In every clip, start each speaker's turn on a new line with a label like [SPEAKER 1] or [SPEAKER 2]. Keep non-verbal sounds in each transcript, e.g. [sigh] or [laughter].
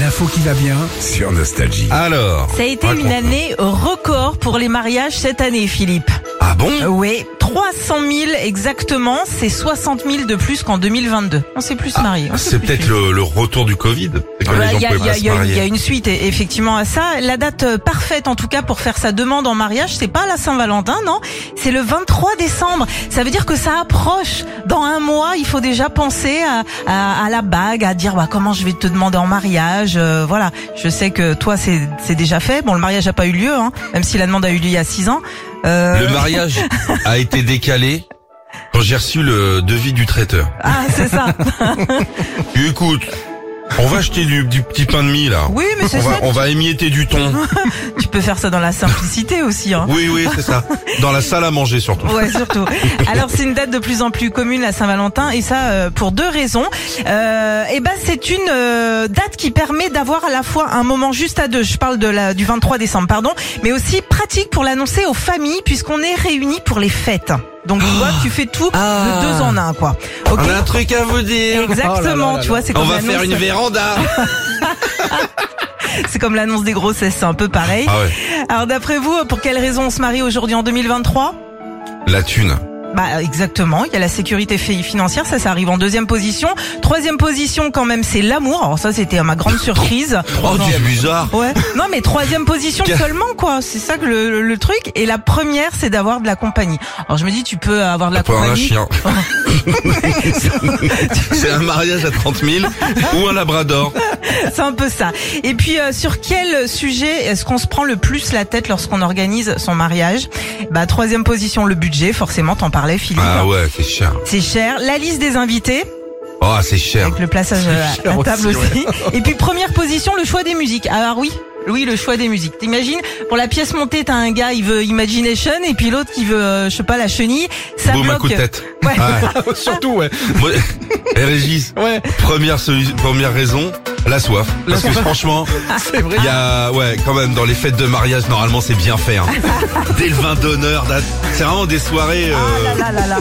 [SPEAKER 1] l'info qui va bien.
[SPEAKER 2] Sur Nostalgie.
[SPEAKER 1] Alors.
[SPEAKER 3] Ça a été une
[SPEAKER 2] raconte-nous.
[SPEAKER 3] année record pour les mariages cette année, Philippe.
[SPEAKER 2] Ah bon
[SPEAKER 3] Oui, 300 000 exactement, c'est 60 000 de plus qu'en 2022. On s'est plus marié.
[SPEAKER 2] Ah, C'est peut-être le, le retour du Covid. C'est quand
[SPEAKER 3] Il
[SPEAKER 2] les gens
[SPEAKER 3] Bah, y, a-
[SPEAKER 2] pouvaient
[SPEAKER 3] y a-
[SPEAKER 2] pas se
[SPEAKER 3] y a une-
[SPEAKER 2] marier.
[SPEAKER 3] y a une suite e- effectivement à ça. La date euh, parfaite en tout cas pour faire sa demande en mariage, c'est pas la Saint-Valentin, non, c'est le 23 décembre. Ça veut dire que ça approche. Dans un mois, il faut déjà penser à, à- à la bague, à dire bah, comment je vais te demander en mariage. euh, voilà, je sais que toi c'est c'est déjà fait. Bon, le mariage n'a pas eu lieu, hein, même si la demande a eu lieu il y a six ans. Euh,
[SPEAKER 2] Le mariage a été décalé quand j'ai reçu le devis du traiteur.
[SPEAKER 3] [laughs] Ah,
[SPEAKER 2] [laughs]
[SPEAKER 3] c'est ça.
[SPEAKER 2] Écoute, on va acheter du, du petit pain de mie là.
[SPEAKER 3] Oui, mais c'est
[SPEAKER 2] on, va,
[SPEAKER 3] chouette.
[SPEAKER 2] on va émietter du
[SPEAKER 3] [laughs]
[SPEAKER 2] thon.
[SPEAKER 3] Tu peux faire ça dans la simplicité aussi. Hein.
[SPEAKER 2] Oui, oui, c'est ça. Dans la salle à manger surtout.
[SPEAKER 3] Ouais, surtout.
[SPEAKER 2] [laughs]
[SPEAKER 3] Alors c'est une date de plus en plus commune la Saint-Valentin et ça euh, pour deux raisons. Euh, et ben c'est une euh, date qui permet d'avoir à la fois un moment juste à deux. Je parle de la du 23 décembre, pardon, mais aussi pratique pour l'annoncer aux familles puisqu'on est réunis pour les fêtes. Donc tu vois, tu fais tout
[SPEAKER 2] Ah.
[SPEAKER 3] de deux en un quoi. Ok.
[SPEAKER 2] On a un truc à vous dire.
[SPEAKER 3] Exactement, tu vois, c'est
[SPEAKER 2] On
[SPEAKER 3] comme
[SPEAKER 2] va faire
[SPEAKER 3] l'annonce- Ah
[SPEAKER 2] une véranda.
[SPEAKER 3] [laughs] c'est comme l'annonce des grossesses, c'est un peu pareil.
[SPEAKER 2] Ah ouais,
[SPEAKER 3] Alors d'après vous, pour quelle raison on se marie aujourd'hui en 2023
[SPEAKER 2] la thune.
[SPEAKER 3] Bah exactement, il y a la sécurité fi- financière, ça ça arrive en deuxième position. Troisième position quand même, c'est l'amour. Alors ça c'était euh, ma
[SPEAKER 2] [laughs]
[SPEAKER 3] grande surprise.
[SPEAKER 2] Oh,
[SPEAKER 3] Non.
[SPEAKER 2] tu es bizarre.
[SPEAKER 3] Ouais. Non mais troisième position
[SPEAKER 2] Quel-
[SPEAKER 3] seulement quoi, c'est ça que le, le- le truc. Et la première c'est d'avoir de la compagnie. Alors je me dis tu peux avoir de la
[SPEAKER 2] Pas un
[SPEAKER 3] compagnie.
[SPEAKER 2] chien. [laughs] C'est un mariage à 30 000 ou un labrador.
[SPEAKER 3] [laughs] c'est un peu ça. Et puis euh, sur quel sujet est-ce qu'on se prend le plus la tête lorsqu'on organise son mariage Bah troisième position le budget, forcément t'en parlais Philippe.
[SPEAKER 2] Ah ouais, c'est cher.
[SPEAKER 3] C'est cher. La liste des invités.
[SPEAKER 2] Oh, c'est cher.
[SPEAKER 3] Avec le plaçage euh, à,
[SPEAKER 1] cher
[SPEAKER 3] à table
[SPEAKER 1] aussi,
[SPEAKER 3] aussi. Et puis première position, le choix des musiques. Ah oui, oui, le choix des musiques. T'imagines pour la pièce montée, t'as un gars, il veut Imagination, et puis l'autre qui veut, euh, je sais pas, la chenille. Ça
[SPEAKER 2] Boum, un
[SPEAKER 3] bloque.
[SPEAKER 2] coup de tête. Ah
[SPEAKER 3] Ouais.
[SPEAKER 2] Ouais.
[SPEAKER 1] Ah, Surtout, ouais.
[SPEAKER 2] Moi- Eh, Régis,
[SPEAKER 1] Ouais,
[SPEAKER 2] première, solu- première raison, la soif. Parce que franchement,
[SPEAKER 1] c'est vrai.
[SPEAKER 2] il y a, ouais, quand même, dans les fêtes de mariage, normalement, c'est bien fait. hein. Dès le vin d'honneur, là, c'est vraiment des soirées. euh,
[SPEAKER 3] Ah là là là là.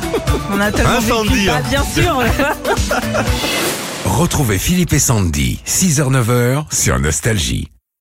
[SPEAKER 3] On a tellement
[SPEAKER 2] Incendie,
[SPEAKER 3] vécu.
[SPEAKER 2] hein.
[SPEAKER 3] Ah, bien sûr.
[SPEAKER 2] [laughs]
[SPEAKER 4] Retrouvez Philippe et Sandy, 6h-9h sur Nostalgie.